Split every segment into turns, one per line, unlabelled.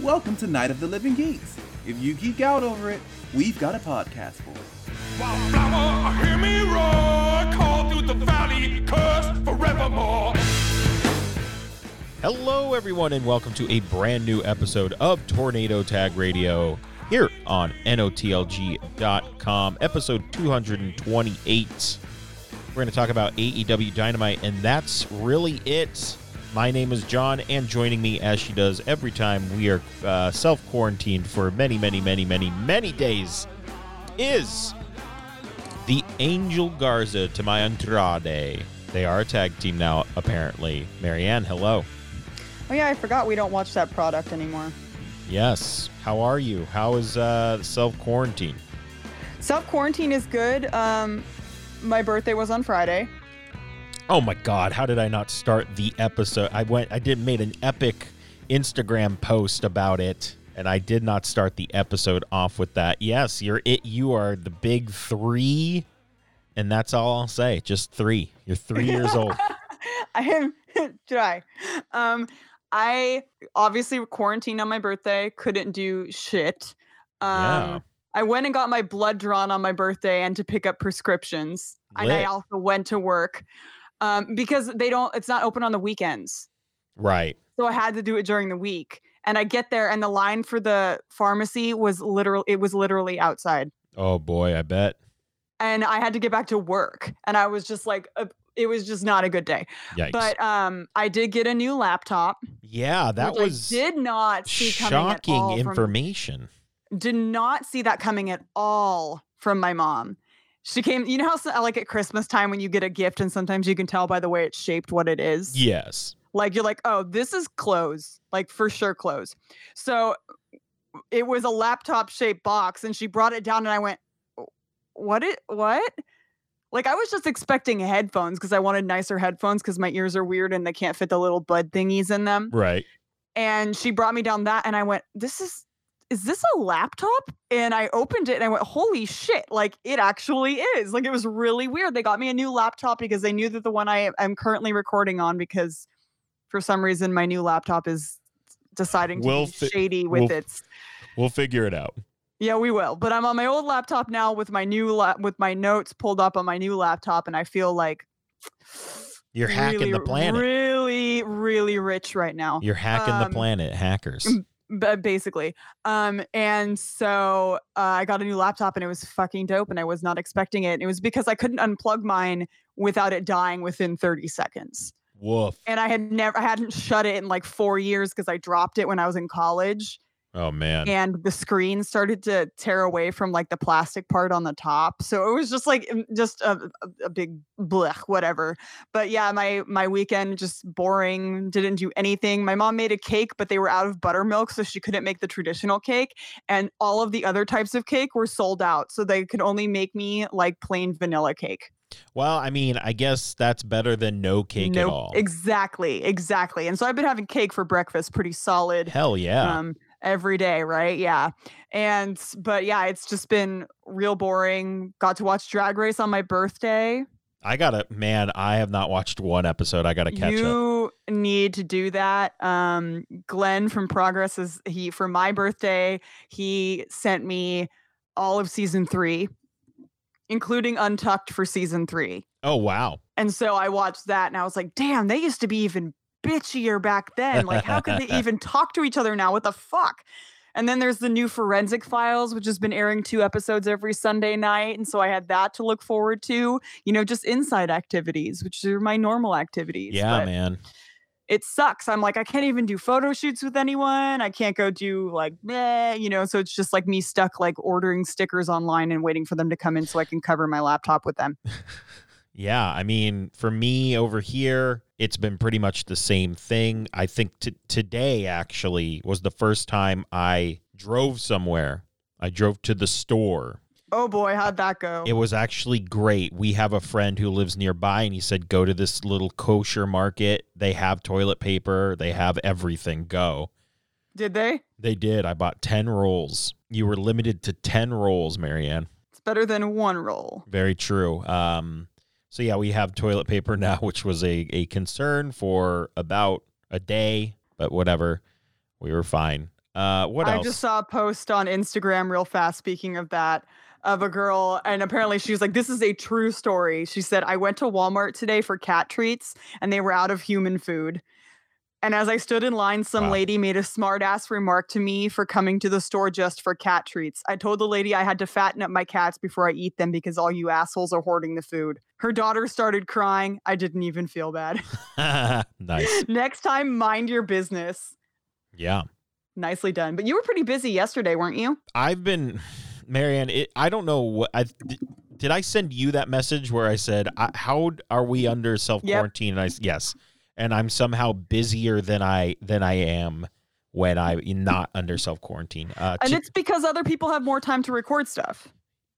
Welcome to Night of the Living Geeks. If you geek out over it, we've got a podcast for it.
Wildflower, hear me roar, call through the valley, curse forevermore.
Hello, everyone, and welcome to a brand new episode of Tornado Tag Radio here on NOTLG.com, episode 228. We're going to talk about AEW Dynamite, and that's really it. My name is John, and joining me, as she does every time we are uh, self quarantined for many, many, many, many, many days, is the Angel Garza to my Andrade. They are a tag team now, apparently. Marianne, hello.
Oh yeah, I forgot we don't watch that product anymore.
Yes. How are you? How is uh, self quarantine?
Self quarantine is good. Um, my birthday was on Friday.
Oh my God! How did I not start the episode? I went. I did made an epic Instagram post about it, and I did not start the episode off with that. Yes, you're it. You are the big three, and that's all I'll say. Just three. You're three years old.
I am dry. Um, I obviously quarantined on my birthday. Couldn't do shit. Um,
Yeah.
I went and got my blood drawn on my birthday and to pick up prescriptions. And I
Lit.
also went to work um, because they don't. It's not open on the weekends.
Right.
So I had to do it during the week. And I get there and the line for the pharmacy was literal it was literally outside.
Oh boy, I bet.
And I had to get back to work. And I was just like uh, it was just not a good day.
Yikes.
But um I did get a new laptop.
yeah, that
which I
was
did not see coming at all
shocking
from-
information.
did not see that coming at all from my mom. She came, you know how so- like at Christmas time when you get a gift and sometimes you can tell by the way it's shaped what it is?
Yes.
Like you're like, oh, this is clothes, like for sure clothes. So it was a laptop shaped box, and she brought it down, and I went, "Wh- what it what? Like I was just expecting headphones because I wanted nicer headphones because my ears are weird and they can't fit the little bud thingies in them.
Right.
And she brought me down that, and I went, this is is this a laptop? And I opened it and I went, holy shit, like it actually is. Like it was really weird. They got me a new laptop because they knew that the one I am currently recording on, because for some reason my new laptop is deciding to
We'll
be
fi-
shady with
we'll-
its
We'll figure it out.
yeah, we will. But I'm on my old laptop now with my new la- with my notes pulled up on my new laptop, and I feel like
You're hacking
really,
the planet.
Really, really rich right now.
You're hacking
Um,
the planet, hackers.
But basically, um, and so uh, I got a new laptop, and it was fucking dope, and I was not expecting it. And it was because I couldn't unplug mine without it dying within 30 seconds,
Woof.
and I had never, I hadn't shut it in like four years because I dropped it when I was in college,
Oh man.
and the screen started to tear away from like the plastic part on the top so it was just like mm, just a, a- a big blech whatever but yeah my my weekend just boring didn't do anything my mom made a cake but they were out of buttermilk so she couldn't make the traditional cake and all of the other types of cake were sold out so they could only make me like plain vanilla cake
Well, I mean, I guess that's better than no cake
Nope,
at all.
exactly exactly and so i've been having cake for breakfast pretty solid
Hell yeah.
um every day right yeah and s- but yeah it's just been real boring got to watch drag race on my birthday
I gotta man, I have not watched one episode. I gotta catch up.
you need to do that um glenn from progress is he for my birthday he sent me all of season three including untucked for season three
Oh wow.
and so i watched that and i was like damn they used to be even bitchier back then like how could they even talk to each other now? What the fuck? And then there's the new Forensic Files, which has been airing two episodes every Sunday night. And so I had that to look forward to, you know, just inside activities, which are my normal activities.
Yeah,
but
man.
It sucks. I'm like, I can't even do photo shoots with anyone. I can't go do like, meh, you know, so it's just like me stuck like ordering stickers online and waiting for them to come in so I can cover my laptop with them.
Yeah, I mean, for me over here, it's been pretty much the same thing. I think t- today actually was the first time I drove somewhere. I drove to the store.
Oh boy, how'd that go?
It was actually great. We have a friend who lives nearby and he said go to this little kosher market. They have toilet paper, they have everything. Go.
Did they?
They did. I bought 10 rolls. You were limited to 10 rolls, Marianne.
It's better than one roll.
Very true. Um, so, yeah, we have toilet paper now, which was a, a concern for about a day, but whatever. We were fine. Uh, what
I
else?
just saw a post on Instagram real fast. Speaking of that, of a girl, and apparently she was like, "This is a true story." She said, "I went to Walmart today for cat treats, and they were out of human food." And as I stood in line, some
Wow.
lady made a smart ass remark to me for coming to the store just for cat treats. I told the lady I had to fatten up my cats before I eat them because all you assholes are hoarding the food. Her daughter started crying. I didn't even feel bad.
nice.
Next time, mind your business.
Yeah.
Nicely done. But you were pretty busy yesterday, weren't you?
I've been, Marianne. It, I don't know what I did, did. I send you that message where I said, I, "How d- are we under self quarantine?" And I s- yes, and I'm somehow busier than I than I am when I'm not under self quarantine. Uh,
And
two-
it's because other people have more time to record stuff.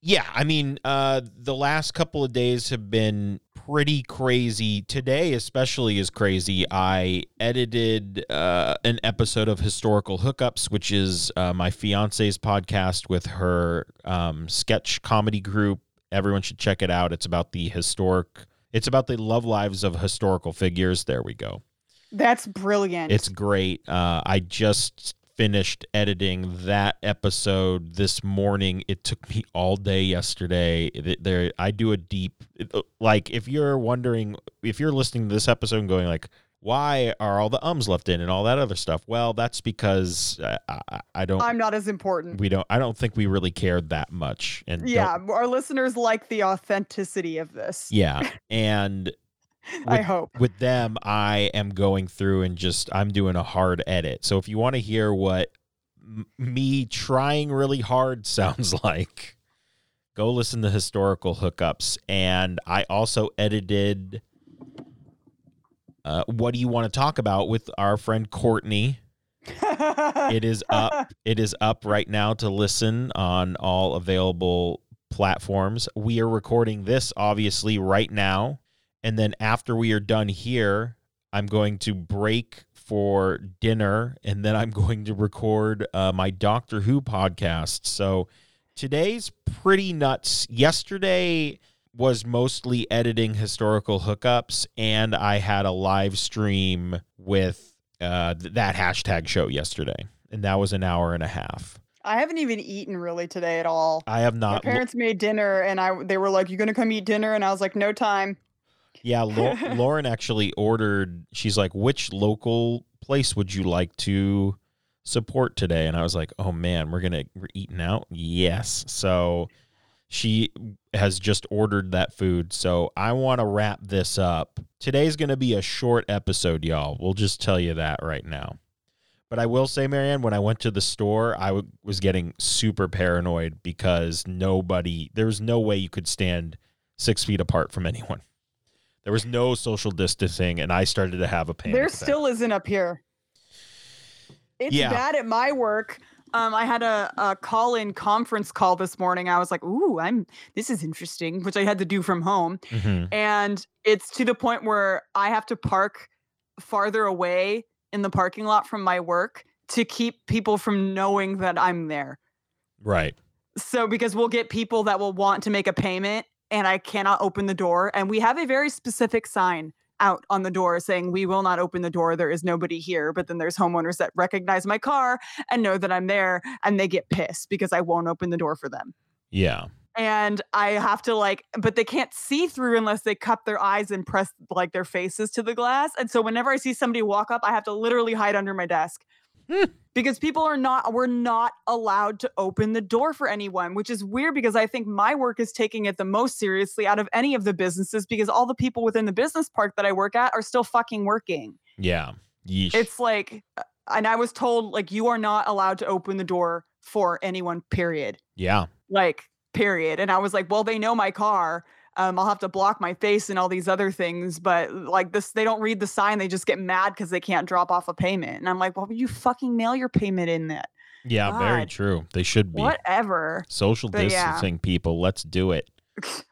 yeah, I mean, uh, the last couple of days have been pretty crazy. Today, especially, is crazy. I edited uh, an episode of Historical Hookups, which is uh, my fiance's podcast with her um, sketch comedy group. Everyone should check it out. It's about the historic. It's about the love lives of historical figures. There we go.
That's brilliant.
It's great. Uh, I just finished editing that episode this morning. It took me all day yesterday. Th- There, I do a deep like. If you're wondering, if you're listening to this episode and going like, why are all the ums left in and all that other stuff? Well, that's because uh, I, I, I don't.
I'm not as important.
we don't. I don't think we really cared that much. And don't-
yeah, our listeners like the authenticity of this.
yeah. And
I
with-
hope.
with them i am going through and just i'm doing a hard edit so if you want to hear what m- me trying really hard sounds like go listen to historical hookups and i also edited uh, what do you want to talk about with our friend courtney it uh, is up it is up right now to listen on all available platforms we are recording this obviously right now and then after we are done here i'm going to break for dinner and then i'm going to record uh, my doctor who podcast so today's pretty nuts yesterday was mostly editing historical hookups and i had a live stream with uh, th- that hashtag show yesterday, and that was an hour and a half.
I haven't even eaten really today at all.
I have
My
not. lo-
parents made dinner and I they were like, You gonna come eat dinner? And I was like, No time.
yeah, Lau- Lauren actually ordered. She's like, "Which local place would you like to support today?" And I was like, "Oh man, we're gonna we're eating out." Yes, so she has just ordered that food. So I want to wrap this up. Today's gonna be a short episode, y'all. We'll just tell you that right now. But I will say, Marianne, when I went to the store, I w- was getting super paranoid because nobody, there was no way you could stand six feet apart from anyone. There was no social distancing, and I started to have a panic.
there
attack.
still isn't up here. It's
Yeah.
bad at my work. Um, I had a, a call in conference call this morning. I was like, ooh, I'm this is interesting, which I had to do from home.
Mhm.
and it's to the point where I have to park farther away in the parking lot from my work to keep people from knowing that I'm there.
right.
So because we'll get people that will want to make a payment and I cannot open the door and we have a very specific sign out on the door saying we will not open the door there is nobody here but then there's homeowners that recognize my car and know that I'm there and they get pissed because I won't open the door for them
Yeah.
and I have to like, but they can't see through unless they cup their eyes and press like their faces to the glass. And so whenever I see somebody walk up, I have to literally hide under my desk
Hmm.
because people are not, we're not allowed to open the door for anyone, which is weird because I think my work is taking it the most seriously out of any of the businesses because all the people within the business park that I work at are still fucking working.
Yeah. Yeesh.
It's like, uh, and I was told, like, you are not allowed to open the door for anyone, period
yeah.
like period and i was like well they know my car um, i'll have to block my face and all these other things but like this they don't read the sign they just get mad because they can't drop off a payment and i'm like well you fucking mail your payment in that
Yeah. Very
God.
true. They should be.
whatever
Social
But yeah.
distancing, people. Let's do it.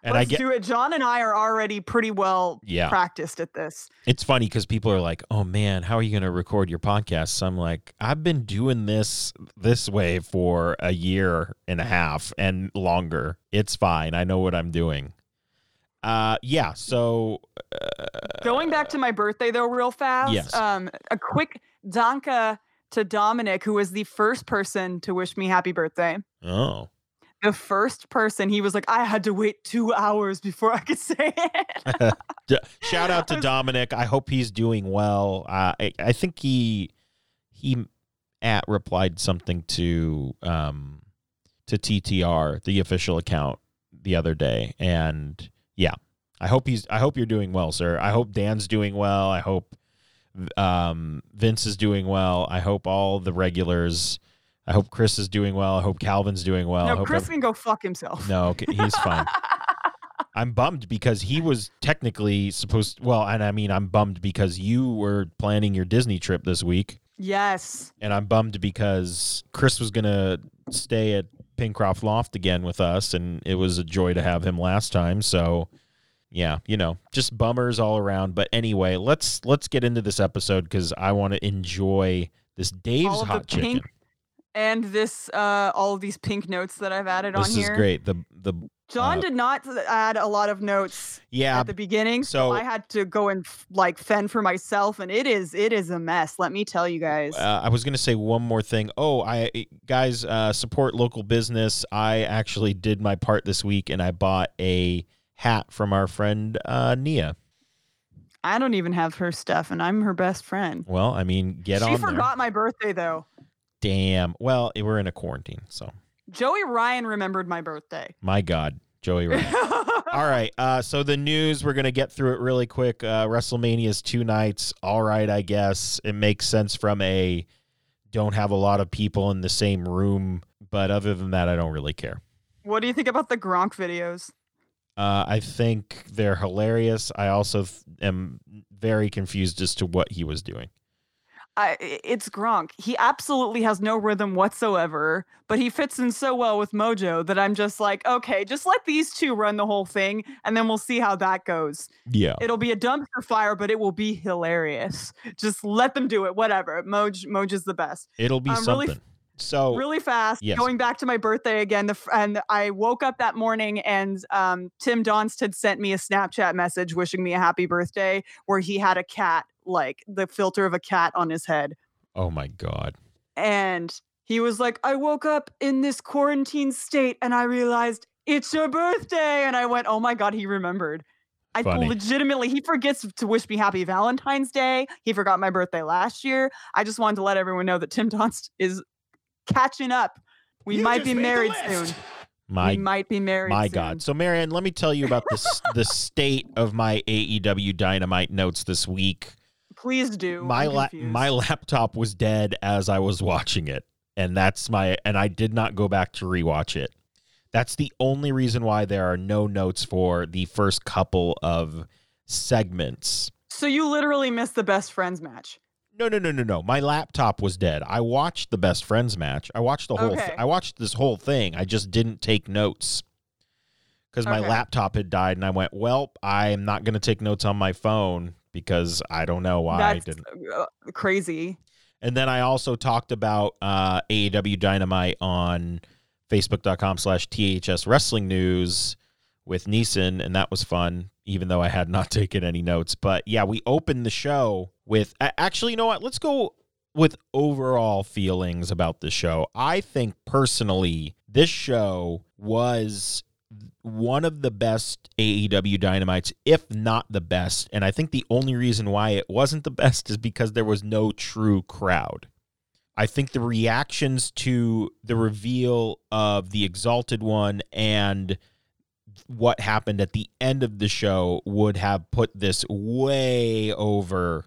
And I
let's
get-
do it john and i are already pretty well
Yeah.
practiced at this
It's funny because people are like, "Oh man, how are you going to record your podcast?" So I'm like, "I've been doing this this way for a year and a half and longer. It's fine. I know what I'm doing." Uh, yeah. So uh,
going back to my birthday though real fast
yes.
um a quick danka to Dominic, who was the first person to wish me happy birthday.
Oh.
The first person, he was like, I had to wait two hours before I could say it.
D- shout out
I
to
was-
Dominic. I hope he's doing well. Uh, I I think he he at replied something to um to TTR the official account the other day, and yeah, I hope he's I hope you're doing well, sir. I hope Dan's doing well. I hope um Vince is doing well. I hope all the regulars. I hope Chris is doing well. I hope Calvin's doing well. Oh, I
no,
hope
Chris
every-
can go fuck himself.
no, okay, he's fine. I'm bummed because he was technically supposed well, and I mean I'm bummed because you were planning your Disney trip this week,
Yes.
and I'm bummed because Chris was gonna stay at Pincroft Loft again with us, and it was a joy to have him last time. So yeah, you know, just bummers all around. But anyway, let's let's get into this episode because I want to enjoy this Dave's
all of
hot
the pink
chicken.
and this uh all of these pink notes that I've added
This
on
is
here.
great. The the
John
Uh,
did not add a lot of notes
yeah,
at the beginning, so,
so-
I had to go and f- like fend for myself, and it is it is a mess. Let me tell you guys.
Uh, I was going to say one more thing. Oh, I guys uh, support local business. I actually did my part this week, and I bought a hat from our friend uh, Nia.
I don't even have her stuff, and I'm her best friend.
Well, I mean, get
she
on
forgot my birthday though.
there. Damn. Well, eh, we're in a quarantine, so
Joey Ryan remembered my birthday.
my God, Joey. Ryan. All right. Uh, so the news, we're gonna get through it really quick. Uh, WrestleMania's two nights. All right, I guess it makes sense from a don't have a lot of people in the same room, but other than that, I don't really care.
what do you think about the Gronk videos?
Uh, I think they're hilarious. I also th- am very confused as to what he was doing.
I, i- it's Gronk. He absolutely has no rhythm whatsoever, but he fits in so well with Mojo that I'm just like, okay, just let these two run the whole thing, and then we'll see how that goes.
Yeah.
It'll be a dumpster fire, but it will be hilarious. Just let them do it. Whatever. Moj Mojo's the best.
It'll be
I'm really
something.
f-
so,
really fast.
Oh, yes.
Going back to my birthday again, the, fr- and I woke up that morning and um, Tim Donst had sent me a Snapchat message wishing me a happy birthday, where he had a cat, like the filter of a cat on his head,
oh my God.
and he was like, "I woke up in this quarantine state, and I realized it's your birthday," and I went, "Oh my god, he remembered." I
Funny.
legitimately, he forgets to wish me happy Valentine's Day. He forgot my birthday last year. I just wanted to let everyone know that Tim Donst is catching up. We
You
might
just
be
made the
married soon.
list.
My
we might be married.
my
soon.
God. So, Marianne, let me tell you about this the state of my AEW Dynamite notes this week.
Please do.
my
I'm
la-
confused.
my laptop was dead as I was watching it, and that's my and I did not go back to rewatch it. That's the only reason why there are no notes for the first couple of segments.
so you literally missed the best friends match.
No, no, no, no, no. My laptop was dead. I watched the best friends match. I watched the whole.
Okay.
Th- I watched this whole thing. I just didn't take notes because my
Okay.
laptop had died, and I went, "Well, I'm not going to take notes on my phone because I don't know why I
That's
didn't."
uh, crazy.
And then I also talked about uh, AEW Dynamite on Facebook.com slash THS Wrestling News with Neeson, and that was fun, even though I had not taken any notes. But yeah, we opened the show with a- actually, you know what? Let's go with overall feelings about the show. I think personally, this show was one of the best AEW Dynamites, if not the best. And I think the only reason why it wasn't the best is because there was no true crowd. I think the reactions to the reveal of the Exalted One and what happened at the end of the show would have put this way over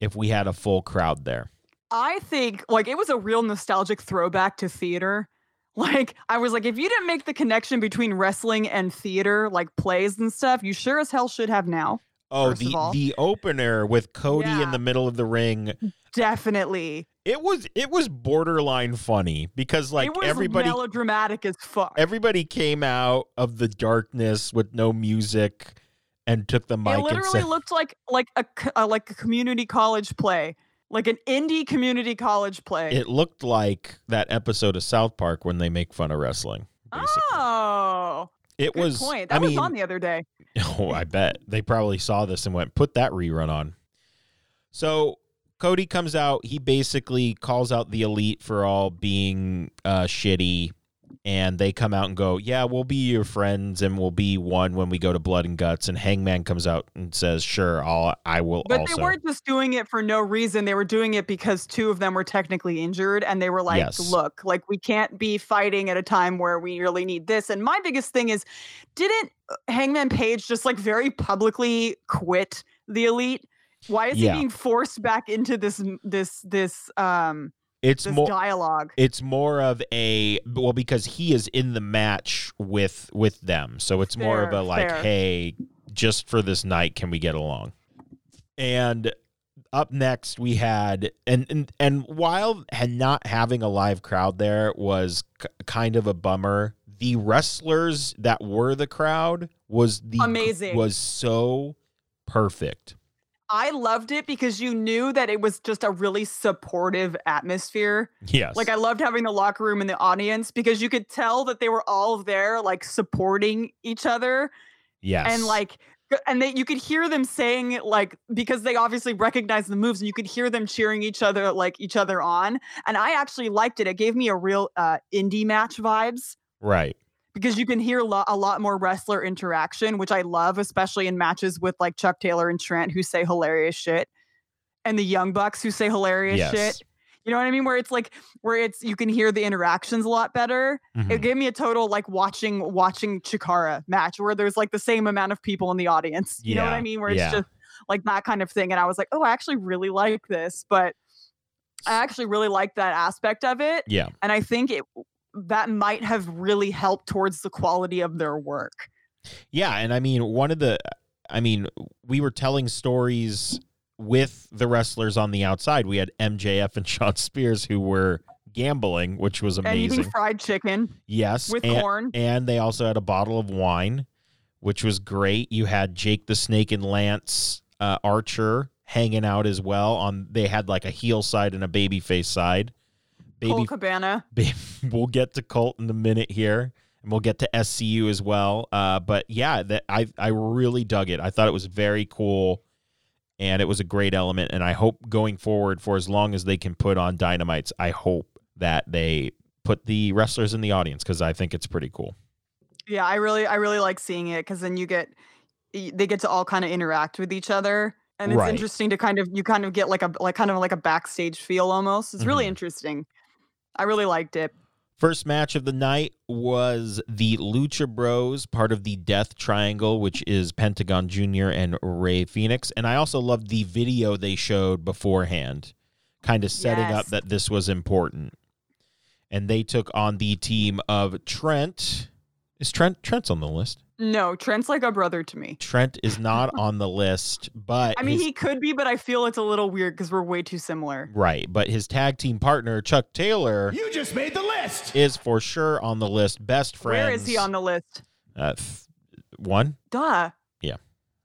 if we had a full crowd there.
I think like it was a real nostalgic throwback to theater. Like I was like, if you didn't make the connection between wrestling and theater, like plays and stuff, you sure as hell should have now.
Oh,
First of
the
all.
the opener with Cody in
Yeah.
the middle of the ring.
Definitely.
It was it was borderline funny because like
it was
everybody
melodramatic as fuck.
everybody came out of the darkness with no music and took the mic
it
and
literally
said,
looked like like a, c- uh, like a community college play, like an indie community college play.
it looked like that episode of South Park when they make fun of wrestling. basically.
oh,
it
good
was
point.
I
That was
mean,
on the other day.
Oh, I bet they probably saw this and went, put that rerun on. So Cody comes out. He basically calls out the elite for all being uh, shitty, and they come out and go, "Yeah, we'll be your friends, and we'll be one when we go to Blood and Guts." And Hangman comes out and says, "Sure, I'll. I will
But
also."
they weren't just doing it for no reason. They were doing it because two of them were technically injured and they were like,
Yes.
look, like we can't be fighting at a time where we really need this. And my biggest thing is, didn't uh, Hangman Page just like very publicly quit the elite? Why is
Yeah.
he being forced back into this m- this this um
it's
this
more.
dialogue?
It's more of a well because he is in the match with with them, so it's more of
Fair,
a like,
fair.
hey, just for this night, can we get along? And up next, we had and and and while and not having a live crowd there was k- kind of a bummer. The wrestlers that were the crowd was the
Amazing.
was so perfect.
I loved it because you knew that it was just a really supportive atmosphere.
Yes,
Like I loved having the locker room and the audience because you could tell that they were all there like supporting each other
yes,
and like g- and they you could hear them saying like because they obviously recognized the moves and you could hear them cheering each other like each other on and I actually liked it. It gave me a real uh indie match vibes
right,
because you can hear lo- a lot more wrestler interaction, which I love, especially in matches with like Chuck Taylor and Trent who say hilarious shit and the Young Bucks who say hilarious
yes.
shit. You know what I mean? Where it's like where it's you can hear the interactions a lot better.
Mhm.
It gave me a total like watching watching Chikara match where there's like the same amount of people in the audience. You know what
Yeah,
I mean? Where it's
yeah.
just like that kind of thing. And I was like, oh, I actually really like this, but I actually really like that aspect of it.
yeah.
And I think it that might have really helped towards the quality of their work.
Yeah, and I mean one of the I mean we were telling stories with the wrestlers on the outside. We had MJF and Sean Spears who were gambling, which was
And
amazing.
eating fried chicken
yes,
with
and,
corn.
and they also had a bottle of wine, which was great. You had Jake the Snake and Lance uh, Archer hanging out as well. On they had like a heel side and a baby face side.
Cole
Baby
Cabana.
Ba- we'll get to Colt in a minute here, and we'll get to SCU as well. Uh, but yeah, that I I really dug it. I thought it was very cool, and it was a great element. And I hope going forward, for as long as they can put on Dynamites, I hope that they put the wrestlers in the audience because I think it's pretty cool.
Yeah, I really I really like seeing it because then you get y- they get to all kind of interact with each other. And it's
Right.
interesting to kind of you kind of get like a like kind of like a backstage feel almost. It's really
Mhm.
interesting. I really liked it.
First match of the night was the Lucha Bros, part of the Death Triangle, which is Pentagon Jr. and Ray Phoenix. And I also loved the video they showed beforehand, kind of setting up
Yes.
that this was important. And they took on the team of Trent. Is Trent Trent's on the list?
No, Trent's like a brother to me.
Trent is not on the list, but
I mean,
his-
he could be, but I feel it's a little weird because we're way too similar.
right, but his tag team partner Chuck Taylor
You just made the list!
is for sure on the list. Best friends.
Where is he on the list?
uh, th- one?
Duh.
I can't,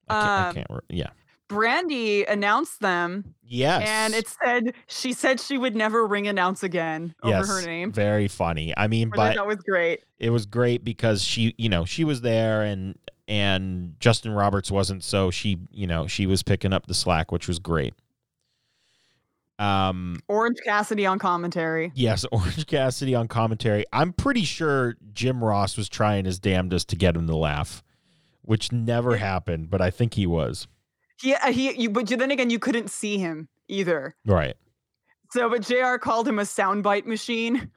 I
Um,
can't re- yeah.
Brandy announced them,
Yes.
and it said she said she would never ring announce again over
yes,
her name.
Very funny. I mean,
Which I
but
thought was great.
it was great because she, you know, she was there and and Justin Roberts wasn't, so she, you know, she was picking up the slack, which was great. Um
Orange Cassidy on commentary.
yes, Orange Cassidy on commentary. I'm pretty sure Jim Ross was trying his damnedest to get him to laugh, which never happened, but I think he was.
Yeah, he. You, but then again, you couldn't see him either.
Right.
So, but Jr. called him a soundbite machine.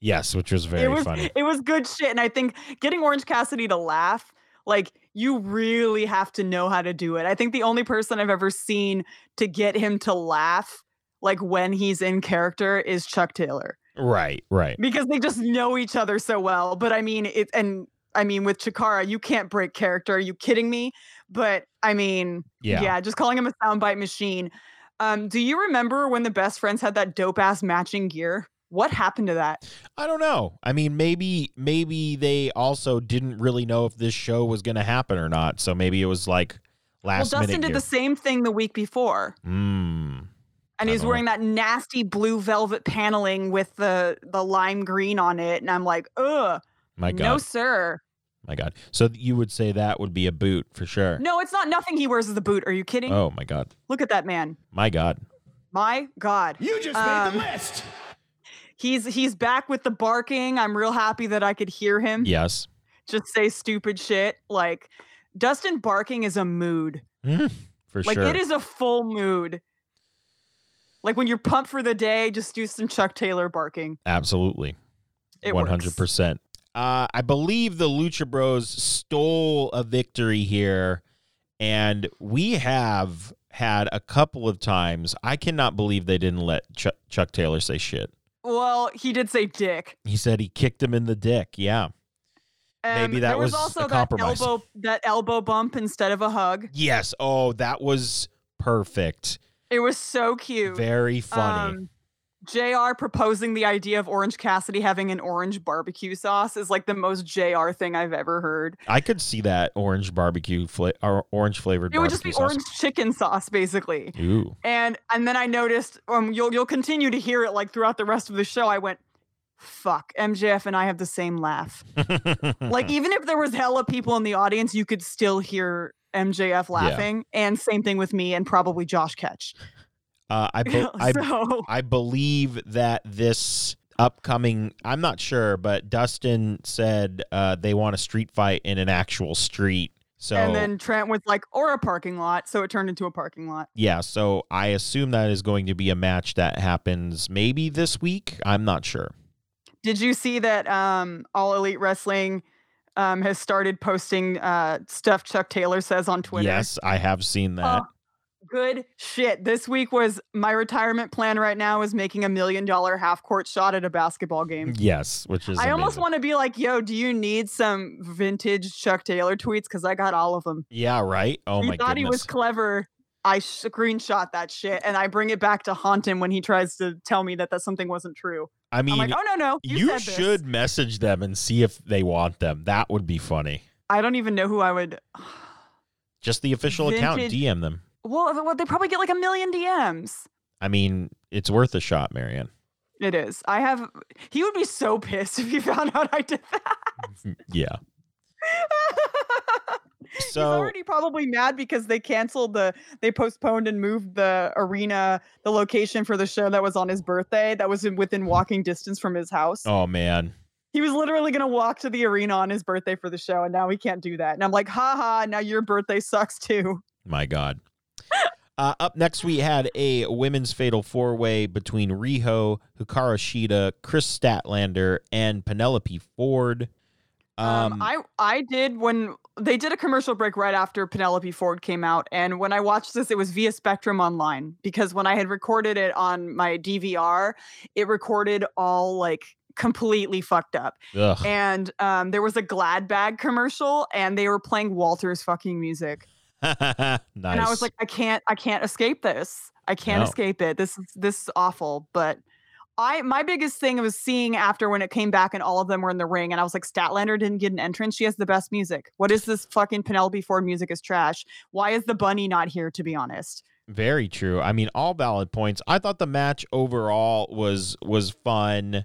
Yes, which was very
it was
funny.
it was good shit, and I think getting Orange Cassidy to laugh, like you really have to know how to do it. I think the only person I've ever seen to get him to laugh, like when he's in character, is Chuck Taylor
Right, right.
because they just know each other so well. But I mean, it and I mean with Chikara, you can't break character. Are you kidding me? But I mean.
Yeah.
just calling him a soundbite machine. Um, do you remember when the best friends had that dope ass matching gear? What happened to that?
I don't know. I mean, maybe maybe they also didn't really know if this show was going to happen or not. So maybe it was like last
well, Dustin
minute.
did the same thing the week before,
gear. Mm.
and
I
he's
don't know.
wearing that nasty blue velvet paneling with the the lime green on it, and I'm like, ugh,
My God,
no, sir,
my God. So you would say that would be a boot for sure.
no, it's not. Nothing Mm-hmm. he wears is a boot. Are you kidding?
Oh my God,
Look at that man.
my God.
My God.
You just
Um,
made the list.
He's he's back with the barking. I'm real happy that I could hear him
Yes.
just say stupid shit. Like Dustin barking is a mood.
For
Like
sure.
it is a full mood. Like when you're pumped for the day, just do some Chuck Taylor barking.
Absolutely.
It
One
works.
hundred percent. Uh, I believe the Lucha Bros stole a victory here, and we have had a couple of times. I cannot believe they didn't let Chuck, Chuck Taylor say shit.
Well, he did say dick.
He said he kicked him in the dick. Yeah.
Um,
Maybe that
there was,
was
also
a
that
compromise.
elbow that elbow bump instead of a hug.
Yes. Oh, that was perfect.
It was so cute.
Very funny.
Um, JR proposing the idea of Orange Cassidy having an orange barbecue sauce is like the most JR thing I've ever heard.
I could see that orange barbecue fla- or orange flavored
It would just
barbecue
be
sauce.
orange chicken sauce, basically.
Ooh.
And and then I noticed, um, you'll you'll continue to hear it like throughout the rest of the show. I went, fuck, MJF and I have the same laugh. like
Mm-hmm.
even if there was hella people in the audience, you could still hear MJF laughing. And same thing with me and probably Josh Ketch.
uh, I, be- I
so
I believe that this upcoming I'm not sure, but Dustin said uh, they want a street fight in an actual street. So
and then Trent was like, or a parking lot. So it turned into a parking lot.
yeah, so I assume that is going to be a match that happens maybe this week. I'm not sure.
Did you see that um, All Elite Wrestling um, has started posting uh, stuff Chuck Taylor says on Twitter?
Yes, I have seen that.
Oh, Good shit. This week was my retirement plan right now is making a million dollar half court shot at a basketball game.
yes, which is
I almost
amazing.
want to be like, yo, do you need some vintage Chuck Taylor tweets? Because I got all of them.
Yeah, right. Oh
he
my
thought
goodness.
he was clever. I screenshot that shit and I bring it back to haunt him when he tries to tell me that that something wasn't true.
I
I
mean,
am like, oh no, no, you,
you
said this."
should message them and see if they want them. That would be funny.
I don't even know who I would.
Just the official account,
Vintage-
DM them.
Well, th- well, they probably get like a million DMs.
I mean, it's worth a shot, Marianne.
It is. I have. He would be so pissed if he found out I did that.
Yeah.
He's already probably mad because they canceled the, they postponed and moved the arena, the location for the show that was on his birthday, that was in, within walking distance from his house.
Oh man.
He was literally going to walk to the arena on his birthday for the show, and now he can't do that. And I'm like, haha, now your birthday sucks too.
My God. Uh, up next, we had a women's fatal four way between Riho, Hikaru Shida, Chris Statlander, and Penelope Ford.
Um, I I did when they did a commercial break right after Penelope Ford came out, and when I watched this, it was via Spectrum Online because when I had recorded it on my DVR, it recorded all like completely fucked up,
ugh.
and um, there was a Glad Bag commercial, and they were playing Walter's fucking music,
nice.
and I was like, I can't, I can't escape this. I can't
No.
escape it. This is this is awful, but. I my biggest thing was seeing after when it came back and all of them were in the ring and I was like Statlander didn't get an entrance. She has the best music. What is this fucking Penelope Ford music is trash? Why is the bunny not here to be honest?
Very true. I mean, all valid points. I thought the match overall was was fun.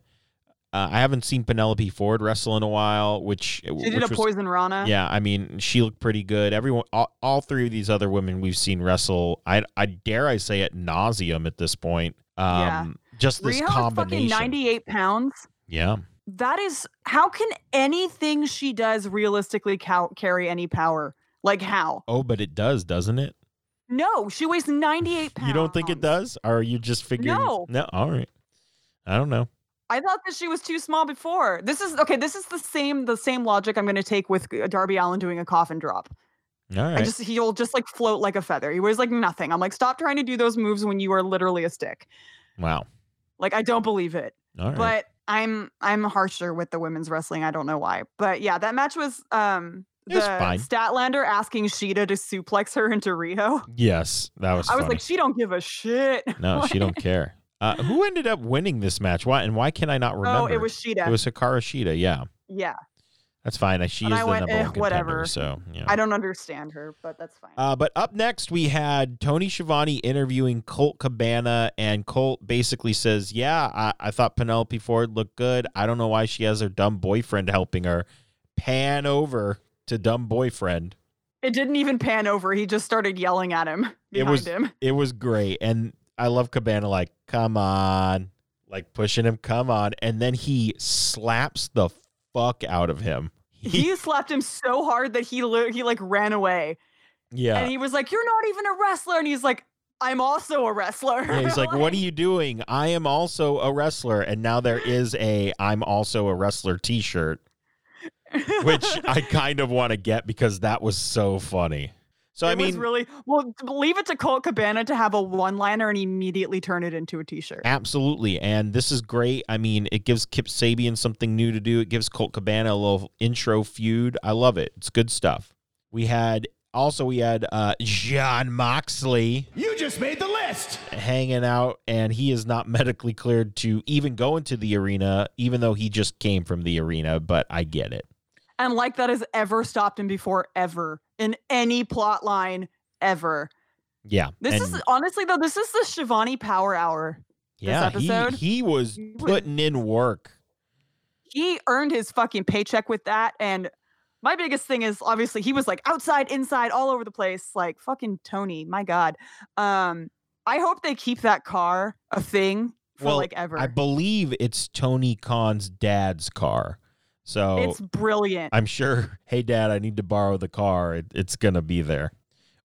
Uh, I haven't seen Penelope Ford wrestle in a while, which
She did
which
a
was-
poison rana.
Yeah, I mean, she looked pretty good. Everyone, all, all three of these other women we've seen wrestle. I, I dare I say at nauseum at this point. Um,
Yeah.
just this
Riho is fucking
combination.
98 pounds.
yeah,
That is how can anything she does realistically cow- carry any power? Like how?
Oh, but it does, doesn't it?
No, she weighs 98 pounds.
You don't think it does? Or are you just figuring?
No.
All right. I don't know.
I thought that she was too small before. This is okay. This is the same the same logic I'm going to take with uh, Darby Allen doing a coffin drop.
All right.
I just he'll just like float like a feather. He weighs like nothing. I'm like, stop trying to do those moves when you are literally a stick.
wow.
Like I don't believe it.
All right.
But I'm I'm harsher with the women's wrestling. I don't know why. But yeah, that match was um
It
the
was fine.
Statlander asking Sheeta to suplex her into Riho.
yes, that was.
I was
funny.
like, she don't give a shit.
no, she don't care. Uh, who ended up winning this match? Why and why can I not remember?
Oh, it was Sheeta.
it was Hikaru Shida. Yeah,
yeah.
that's fine. She
And
is
I
the
went,
number one
"Eh,
contender.
whatever."
So yeah.
I don't understand her, but that's fine.
Uh, but up next, we had Tony Schiavone interviewing Colt Cabana, and Colt basically says, "Yeah, I, I thought Penelope Ford looked good. I don't know why she has her dumb boyfriend helping her." Pan over to dumb boyfriend.
it didn't even pan over. He just started yelling at him behind
was-
him.
It was great, and I love Cabana like, come on, like pushing him, come on, and then he slaps the fuck out of him.
He slapped him so hard that he li- he like ran away,
yeah.
and he was like, "You're not even a wrestler," and he's like, "I'm also a wrestler."
Yeah, he's like, "What are you doing? I am also a wrestler." And now there is a "I'm also a wrestler" T-shirt,
you?"
which I kind of want to get because that was so funny. So I
it was
mean,
really well. Leave it to Colt Cabana to have a one-liner and immediately turn it into a T-shirt.
absolutely, and this is great. I mean, it gives Kip Sabian something new to do. It gives Colt Cabana a little intro feud. I love it. It's good stuff. We had also we had uh, John Moxley.
You just made the list!
hanging out and he is not medically cleared to even go into the arena even though he just came from the arena but i get it
and like that has ever stopped him before ever in any plot line ever.
yeah
This
and
is honestly though, this is the Shivani Power Hour.
yeah he-
episode-
He, was
he was-
putting in work
He earned his fucking paycheck with that. And my biggest thing is obviously he was like outside, inside, all over the place, like fucking Tony. My God. Um, I hope they keep that car a thing for
Well,
like ever.
i believe it's tony khan's dad's car so
it's brilliant.
i'm sure hey dad i need to borrow the car it, it's gonna be there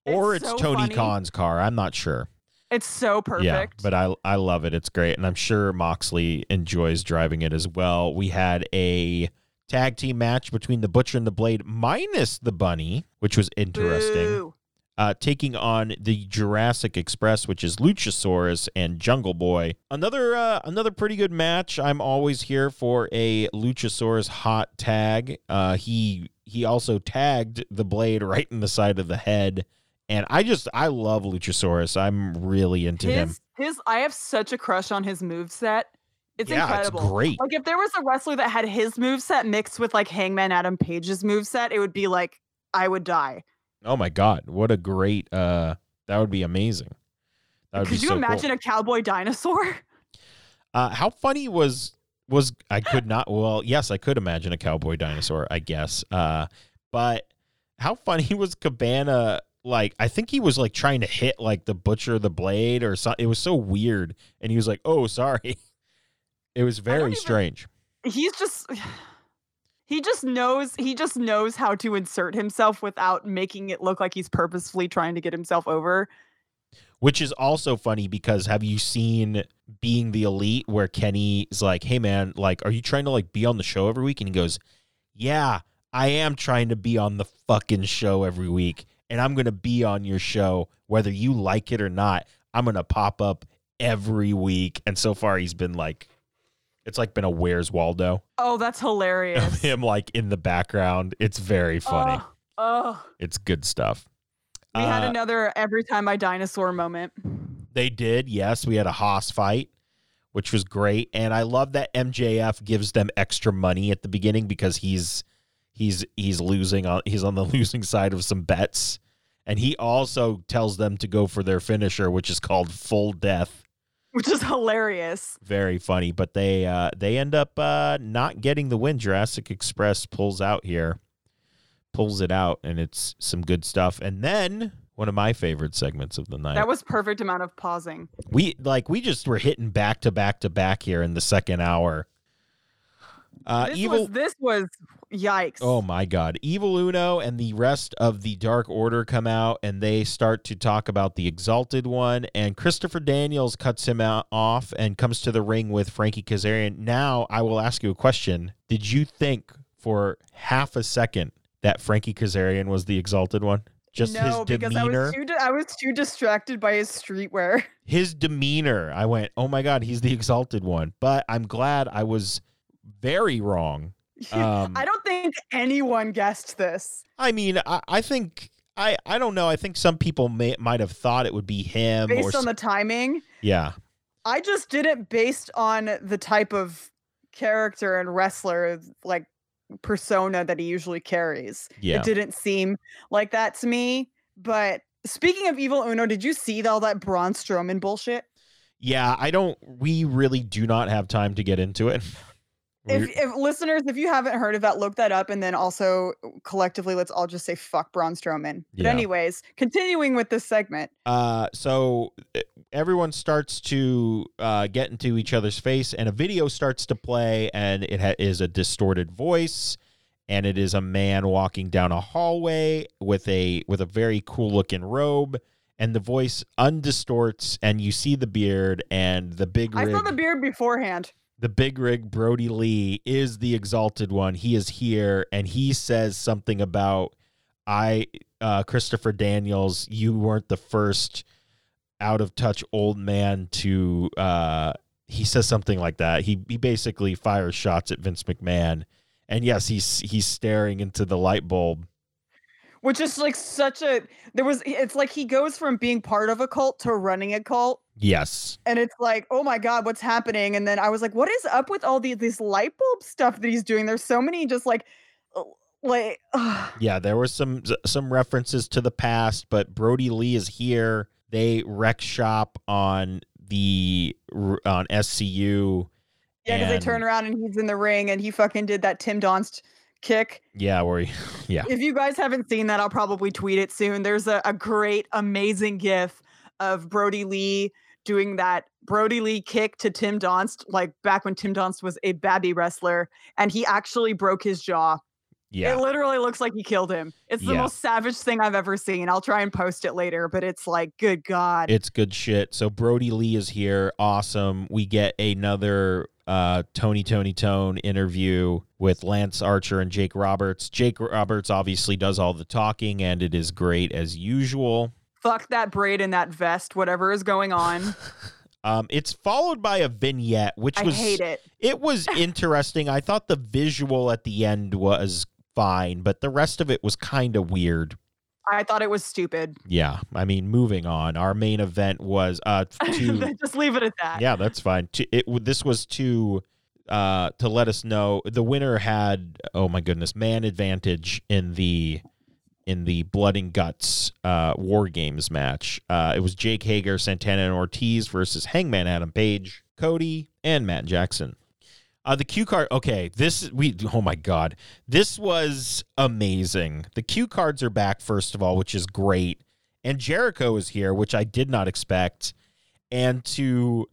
It's
or it's
so
tony
funny.
khan's car i'm not sure
It's so perfect.
Yeah, but I I love it. It's great, and I'm sure Moxley enjoys driving it as well. We had a tag team match between the Butcher and the Blade, minus the Bunny, which was interesting.
Boo.
Uh, taking on the Jurassic Express, which is Luchasaurus and Jungle Boy. Another uh, another pretty good match. I'm always here for a Luchasaurus hot tag. Uh, he he also tagged the Blade right in the side of the head. And I just I love Luchasaurus. I'm really into him.
His, his I have such a crush on his moveset. It's
yeah,
incredible.
it's great.
Like if there was a wrestler that had his moveset mixed with like Hangman Adam Page's moveset, it would be like I would die.
Oh my god, what a great uh that would be amazing. That would
Could
be
you
so
imagine a cowboy dinosaur?
cool. uh how funny was was I could not well, yes, I could imagine a cowboy dinosaur, I guess. Uh but how funny was Cabana like I think he was like trying to hit like the butcher the blade or something. It was so weird and he was like, "Oh, sorry." It was very
even-
strange.
He's just he just knows he just knows how to insert himself without making it look like he's purposefully trying to get himself over.
Which is also funny because have you seen Being the Elite where Kenny is like, "Hey man, like are you trying to like be on the show every week?" and he goes, "Yeah, I am trying to be on the fucking show every week and I'm going to be on your show whether you like it or not. I'm going to pop up every week." And so far he's been like it's like been a Where's Waldo
Oh, that's
of
hilarious.
him like in the background. It's very funny.
Oh, oh.
It's good stuff.
we had
Uh,
another every time I dinosaur moment.
They did, yes. We had a Haas fight, which was great, and I love that MJF gives them extra money at the beginning because he's he's he's losing on he's on the losing side of some bets, and he also tells them to go for their finisher, which is called full death.
Which is hilarious.
Very funny, but they uh, they end up uh, not getting the win. Jurassic Express pulls out here, pulls it out, and it's some good stuff. And then one of my favorite segments of the night.
That was perfect amount of pausing.
We like we just were hitting back to back to back here in the second hour. Uh,
this
evil.
was this was yikes.
Oh my God! Evil Uno and the rest of the Dark Order come out, and they start to talk about the Exalted One. And Christopher Daniels cuts him out, off and comes to the ring with Frankie Kazarian. Now I will ask you a question: Did you think for half a second that Frankie Kazarian was the Exalted One? Just
no,
his
because I
demeanor.
was too di- I was too distracted by his streetwear.
his demeanor, I went, "Oh my god, he's the exalted one." But I'm glad I was very wrong. Um,
I
I,
don't think anyone guessed this.
mean, I, I think I I don't know. I think some people may might have thought it would be him. or
Based on
s-
the timing,
yeah,
I just did it based on the type of character and wrestler like persona that he usually carries.
Yeah.
It didn't seem like that to me, but Speaking of evil Uno, did you see all that Braun Strowman bullshit?
yeah. I don't. We really do not have time to get into it.
If,
We're-
if listeners, if you haven't heard of that, look that up, and then also collectively, let's all just say fuck Braun Strowman. But
Yeah.
anyways, continuing with this segment,
Uh, so uh, everyone starts to uh, get into each other's face, and a video starts to play, and it ha- is a distorted voice, and it is a man walking down a hallway with a with a very cool looking robe, and the voice undistorts, and you see the beard and the big
I
rig.
saw the beard beforehand.
the big rig Brody Lee is the exalted one. He is here, and he says something about I, uh, Christopher Daniels. You weren't the first out of touch old man to. Uh, he says something like that. He he basically fires shots at Vince McMahon, and yes, he's he's staring into the light bulb.
Which is like such a there was it's like he goes from being part of a cult to running a cult.
Yes,
and it's like, oh my god, what's happening? And then I was like, what is up with all these this light bulb stuff that he's doing? There's so many just like, l- like, ugh.
yeah. There was some some references to the past, but Brody Lee is here. They wreck shop on the on SCU.
yeah, because they turn
And-
around and he's in the ring and he fucking did that Tim Donst kick.
Yeah, where he, yeah.
If you guys haven't seen that, I'll probably tweet it soon. There's a, a great, amazing gif of Brody Lee doing that Brody Lee kick to Tim Donst, like back when Tim Donst was a babby wrestler, and he actually broke his jaw.
Yeah.
It literally looks like he killed him. It's the
Yeah.
most savage thing I've ever seen. I'll try and post it later, but it's like, good God.
It's good shit. So Brody Lee is here. Awesome. We get another uh, Tony Tony Tone interview with Lance Archer and Jake Roberts. Jake Roberts obviously does all the talking, and it is great as usual.
Fuck that braid and that vest, whatever is going on.
Um, it's followed by a vignette, which
I
was
hate it.
it was interesting. I thought the visual at the end was fine, but the rest of it was kind of weird.
I thought it was stupid.
Yeah, I mean, moving on. Our main event was uh to
Just leave it at that.
yeah, that's fine. To, it w- this was to uh to let us know the winner had oh my goodness man advantage in the in the blood and guts uh war games match. Uh, it was Jake Hager, Santana, and Ortiz versus Hangman Adam Page, Cody, and Matt Jackson. Uh, the cue card. Okay, this we. Oh my god, this was amazing. The cue cards are back first of all, which is great. And Jericho is here, which I did not expect. And to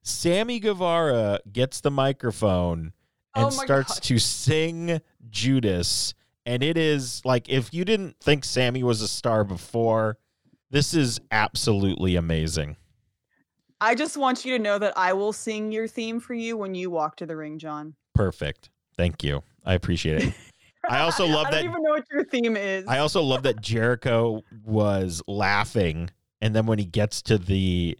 Sammy Guevara gets the microphone and
Oh my
starts
God.
to sing Judas. And it is like if you didn't think Sammy was a star before, this is absolutely amazing.
I just want you to know that I will sing your theme for you when you walk to the ring, John.
Perfect. Thank you. I appreciate it. I also love
I
that
don't even know what your theme is.
I also love that Jericho was laughing, and then when he gets to the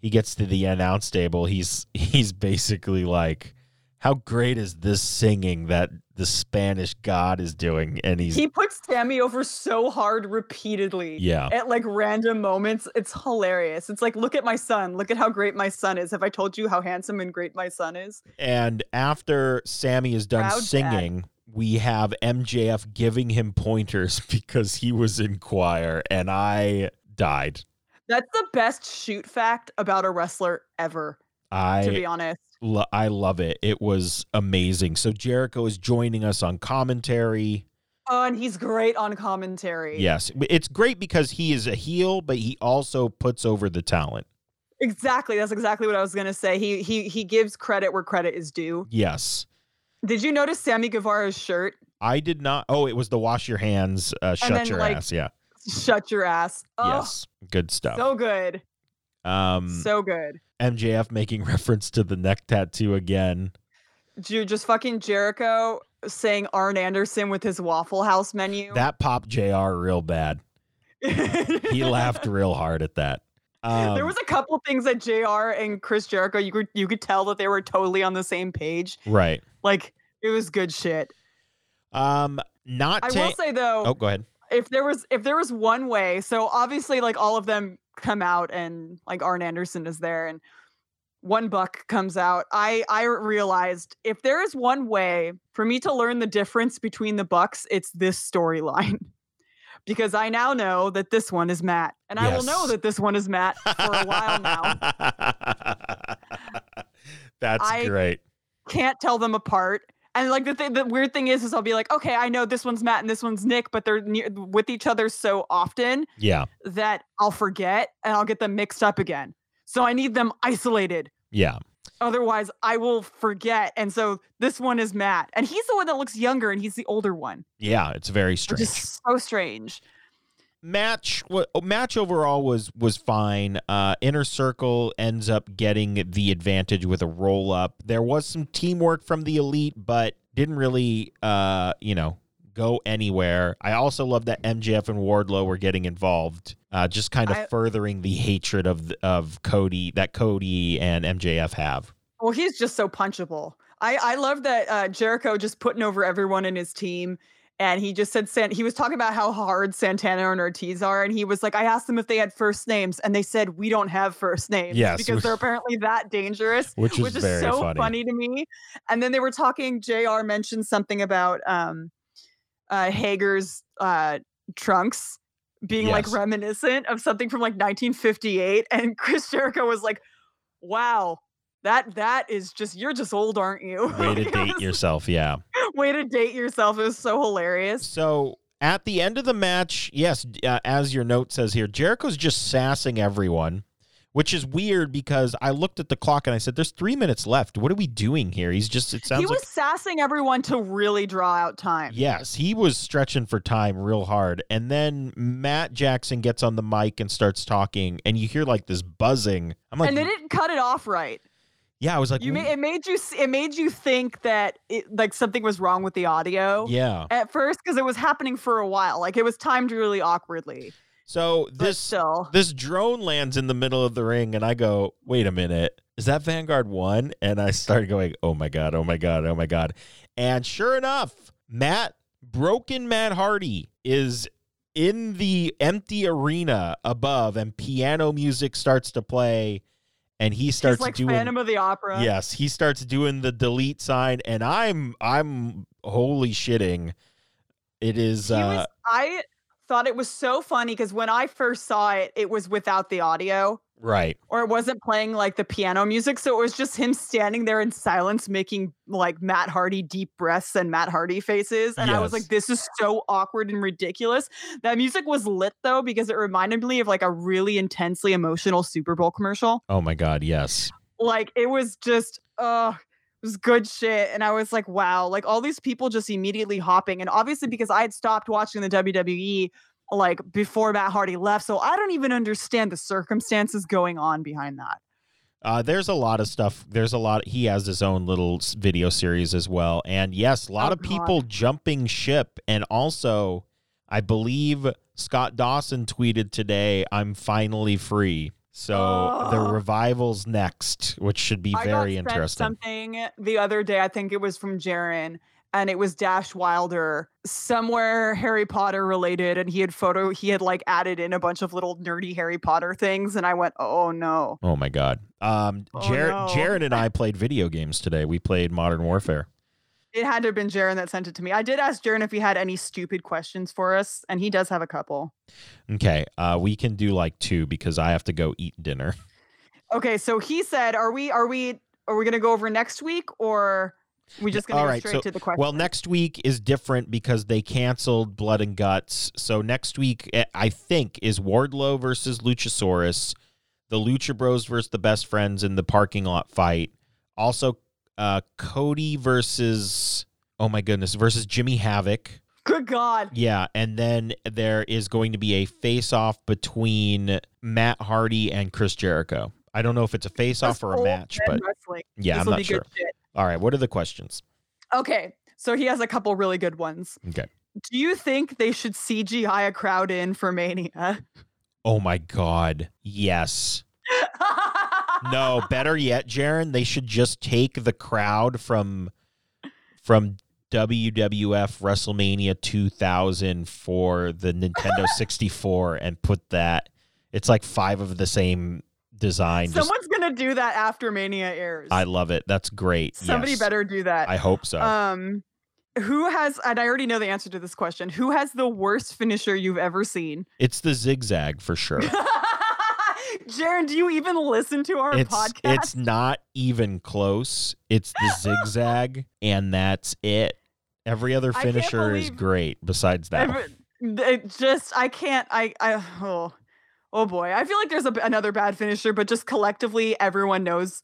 he gets to the announce table, he's he's basically like, "How great is this singing that the Spanish God is doing?" And he's
he puts Tammy over so hard repeatedly.
yeah,
At like random moments, it's hilarious. It's like, look at my son. Look at how great my son is. Have I told you how handsome and great my son is?
and after Sammy is done
Proud dad.
singing. We have MJF giving him pointers because he was in choir, and I died.
That's the best shoot fact about a wrestler ever,
I
to be honest.
Lo- I love it. It was amazing. So Jericho is joining us on commentary.
Oh, and he's great on commentary.
Yes, it's great because he is a heel, but he also puts over the talent.
Exactly. That's exactly what I was gonna say. He he he gives credit where credit is due.
Yes,
Did you notice Sammy Guevara's shirt?
I did not. Oh, it was the wash your hands, uh, shut
then,
your
like,
ass. Yeah.
Shut your ass. Oh
yes. Good stuff.
so good.
um,
So good.
MJF making reference to the neck tattoo again.
Dude, just fucking Jericho saying Arn Anderson with his Waffle House menu.
That popped Jr. real bad. He laughed real hard at that. Um,
there was a couple things that JR and Chris Jericho, you could you could tell that they were totally on the same page.
right.
Like it was good shit.
Um, not.
I
ta-
will say though,
oh, go ahead.
if there was if there was one way, so obviously like all of them come out and like Arn Anderson is there and one buck comes out. I I realized if there is one way for me to learn the difference between the bucks, it's this storyline. Because I now know that this one is Matt. And I will know
Yes.
that this one is Matt for a while now.
That's
I-
great.
Can't tell them apart. And like the th- the weird thing is, is I'll be like, okay, I know this one's Matt and this one's Nick, but they're near- with each other so often
Yeah.
that I'll forget and I'll get them mixed up again. So I need them isolated.
Yeah.
Otherwise, I will forget. And so this one is Matt, and he's the one that looks younger, and he's the older one,
Yeah. It's very strange.
which is so strange.
match wa- match overall was was fine. Uh, Inner Circle ends up getting the advantage with a roll up. There was some teamwork from the elite, but didn't really uh, you know go anywhere. I also love that MJF and Wardlow were getting involved, uh, just kind of
I-
furthering the hatred of th- of Cody that Cody and MJF have.
Well, he's just so punchable. I I love that uh, Jericho just putting over everyone in his team. And he just said San- he was talking about how hard Santana and Ortiz are, and he was like, "I asked them if they had first names, and they said we don't have first names
Yes.
because they're apparently that dangerous."
Which is very
so
funny.
to me. And then they were talking. Jr. mentioned something about um, uh,
Mm.
Hager's uh, trunks being like
Yes.
reminiscent of something from like 1958, and Chris Jericho was like, "Wow." That that is just you're just old, aren't you?
Way to
Like, I
date
was-
yourself, yeah.
Way to date yourself. It was so hilarious.
So at the end of the match, yes, uh, as your note says here, Jericho's just sassing everyone, which is weird because I looked at the clock and I said, "There's three minutes left. What are we doing here?" He's just. It sounds
he was sassing everyone to really draw out
like
time.
yes, he was stretching for time real hard, and then Matt Jackson gets on the mic and starts talking, and you hear like this buzzing. I'm like,
and they didn't cut it off right.
yeah, I was like, "Mm,
You made it made you s- it made you think that it, like something was wrong with the audio
yeah.
at first because it was happening for a while. Like it was timed really awkwardly.
So
But
this
still,
this drone lands in the middle of the ring and I go, wait a minute, is that Vanguard one? And I started going, oh my God, oh my God, oh my God. And sure enough, Matt, broken Matt Hardy is in the empty arena above and piano music starts to play and he starts
it's like
doing
Phantom of the Opera.
Yes, he starts doing the delete sign and I'm I'm holy shitting. It is
He
uh
was, I thought it was so funny because when I first saw it, it was without the audio
right.
or it wasn't playing like the piano music, so it was just him standing there in silence, making like Matt Hardy deep breaths and Matt Hardy faces, and I was
Yes.
like, this is so awkward and ridiculous. That music was lit though because it reminded me of like a really intensely emotional Super Bowl commercial.
Oh my god, yes.
like it was just uh it was good shit and i was like wow like all these people just immediately hopping and obviously because i had stopped watching the wwe like before matt hardy left so i don't even understand the circumstances going on behind that
Uh, there's a lot of stuff. There's a lot. He has his own little s- video series as well. And yes, a lot
Oh,
of people jumping ship. And also, I believe Scott Dawson tweeted today, I'm finally free. So the
Oh.
revival's next, which should be
I got
very
sent
interesting.
Something the other day, I think it was from Jaren, and it was Dash Wilder somewhere Harry Potter related, and he had photo he had like added in a bunch of little nerdy Harry Potter things, and I went, oh no,
Oh my God. Um,
Oh,
Jared,
no.
Jared and I played video games today. We played Modern Warfare.
It had to have been Jaron that sent it to me. I did ask Jaron if he had any stupid questions for us, and he does have a couple.
Okay. Uh, we can do like two because I have to go eat dinner.
Okay, so he said, "Are we? Are we? Are we going to go over next week, or we just going
all
to go
right,
straight
so-
to the question?"
Well, next week is different because they canceled Blood and Guts. So next week, eh, I think, is Wardlow versus Luchasaurus, the Lucha Bros versus the Best Friends in the parking lot fight. Also, uh, Cody versus oh my goodness versus Jimmy Havoc.
Good God,
Yeah, and then there is going to be a face-off between Matt Hardy and Chris Jericho. I don't know if it's a face-off
This
or a
old
match,
man
but
wrestling.
yeah,
this
I'm
will
not
be
sure.
good shit.
All right, what are the questions?
Okay, so he has a couple really good ones.
Okay.
Do you think they should CGI a crowd in for Mania?
Oh my God. Yes. No, better yet, Jaron, they should just take the crowd from from WWF WrestleMania 2000 for the Nintendo 64 and put that. It's like five of the same design. Just,
Someone's going to do that after Mania airs.
I love it. That's great.
Somebody
Yes.
better do that.
I hope so.
Um, who has? And I already know the answer to this question. Who has the worst finisher you've ever seen?
it's the zigzag for sure.
Because Jaron, do you even listen to our
it's
podcast?
it's not even close. It's the zigzag, and that's it. Every other
I can't
finisher is
believe-
great besides that.
Every- it just I can't I I oh oh boy I feel like there's a, another bad finisher but just collectively everyone knows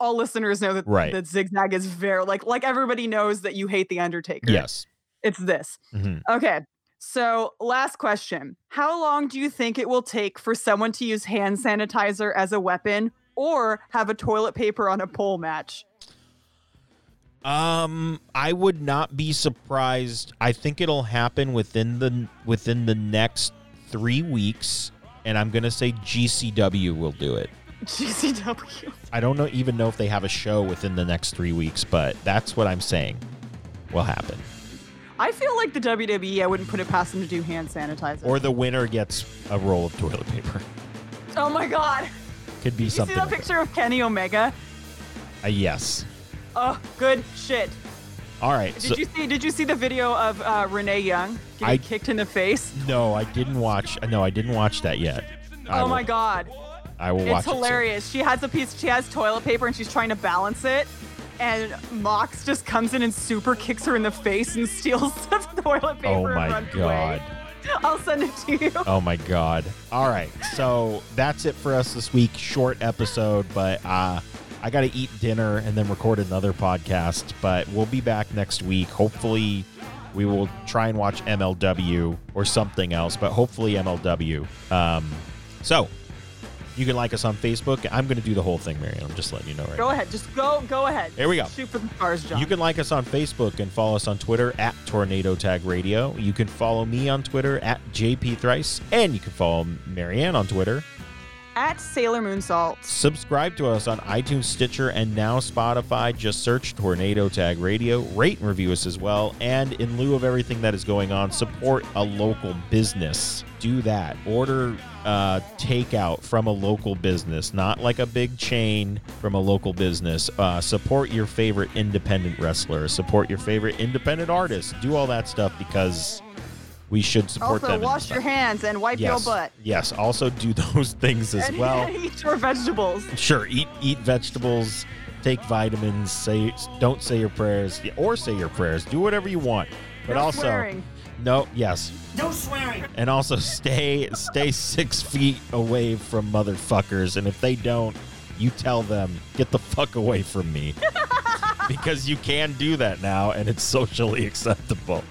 all listeners know that
Right.
that zigzag is very like like everybody knows that you hate the Undertaker
yes.
it's this
Mhm.
okay so last question how long do you think it will take for someone to use hand sanitizer as a weapon or have a toilet paper on a pole match
Um, I would not be surprised. I think it'll happen within the within the next three weeks, and I'm gonna say GCW will do it.
GCW
I don't know even know if they have a show within the next three weeks, but that's what I'm saying will happen.
I feel like the WWE I wouldn't put it past them to do hand sanitizer
Or the winner gets a roll of toilet paper.
oh my god.
Could be
You see
something.
that
like
picture of Kenny Omega?
that. A yes.
Oh, good shit.
All right.
Did
so-
you see? Did you see the video of uh, Renee Young getting
I-
kicked in the face?
no, I didn't watch. No, I didn't watch that yet. I
oh
will-
my god,
I will watch
it's
it soon.
hilarious. she has a piece. She has toilet paper and she's trying to balance it, and Mox just comes in and super kicks her in the face and steals the toilet paper.
Oh
and
my
runs
god.
Away. I'll send it to you.
Oh my god. All right. So that's it for us this week. Short episode, but uh I got to eat dinner and then record another podcast, but we'll be back next week. Hopefully we will try and watch MLW or something else, but hopefully MLW. Um so you can like us on Facebook. I'm going to do the whole thing, Marion. I'm just letting you know right
Go
now.
ahead. Just go. Go ahead.
Here we go.
Shoot for the stars, John.
You can like us on Facebook and follow us on Twitter at Tornado Tag Radio. You can follow me on Twitter at JP Thrice, and you can follow Marianne on Twitter.
at Sailor Moon Salt.
Subscribe to us on iTunes, Stitcher, and now Spotify. Just search Tornado Tag Radio. Rate and review us as well. And in lieu of everything that is going on, support a local business. Do that. Order uh, takeout from a local business, not like a big chain from a local business. Uh, support your favorite independent wrestler. Support your favorite independent artist. Do all that stuff because we should support
Also,
them. in
wash
this
your
time.
hands and wipe
Yes.
your butt.
Yes. Also, do those things as
And
well
eat your vegetables.
sure eat eat vegetables take vitamins say don't say your prayers or say your prayers do whatever you want but
No
also
swearing.
no yes
No swearing.
and also stay stay six feet away from motherfuckers and if they don't you tell them get the fuck away from me because you can do that now and it's socially acceptable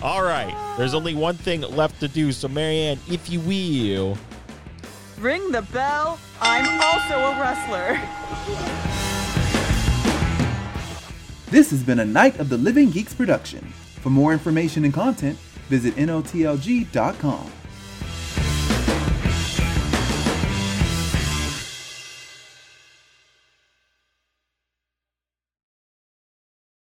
all right there's only one thing left to do so marianne if you will
Ring the bell. I'm also a wrestler.
This has been a Night of the Living Geeks production. For more information and content, visit NOTLG.com.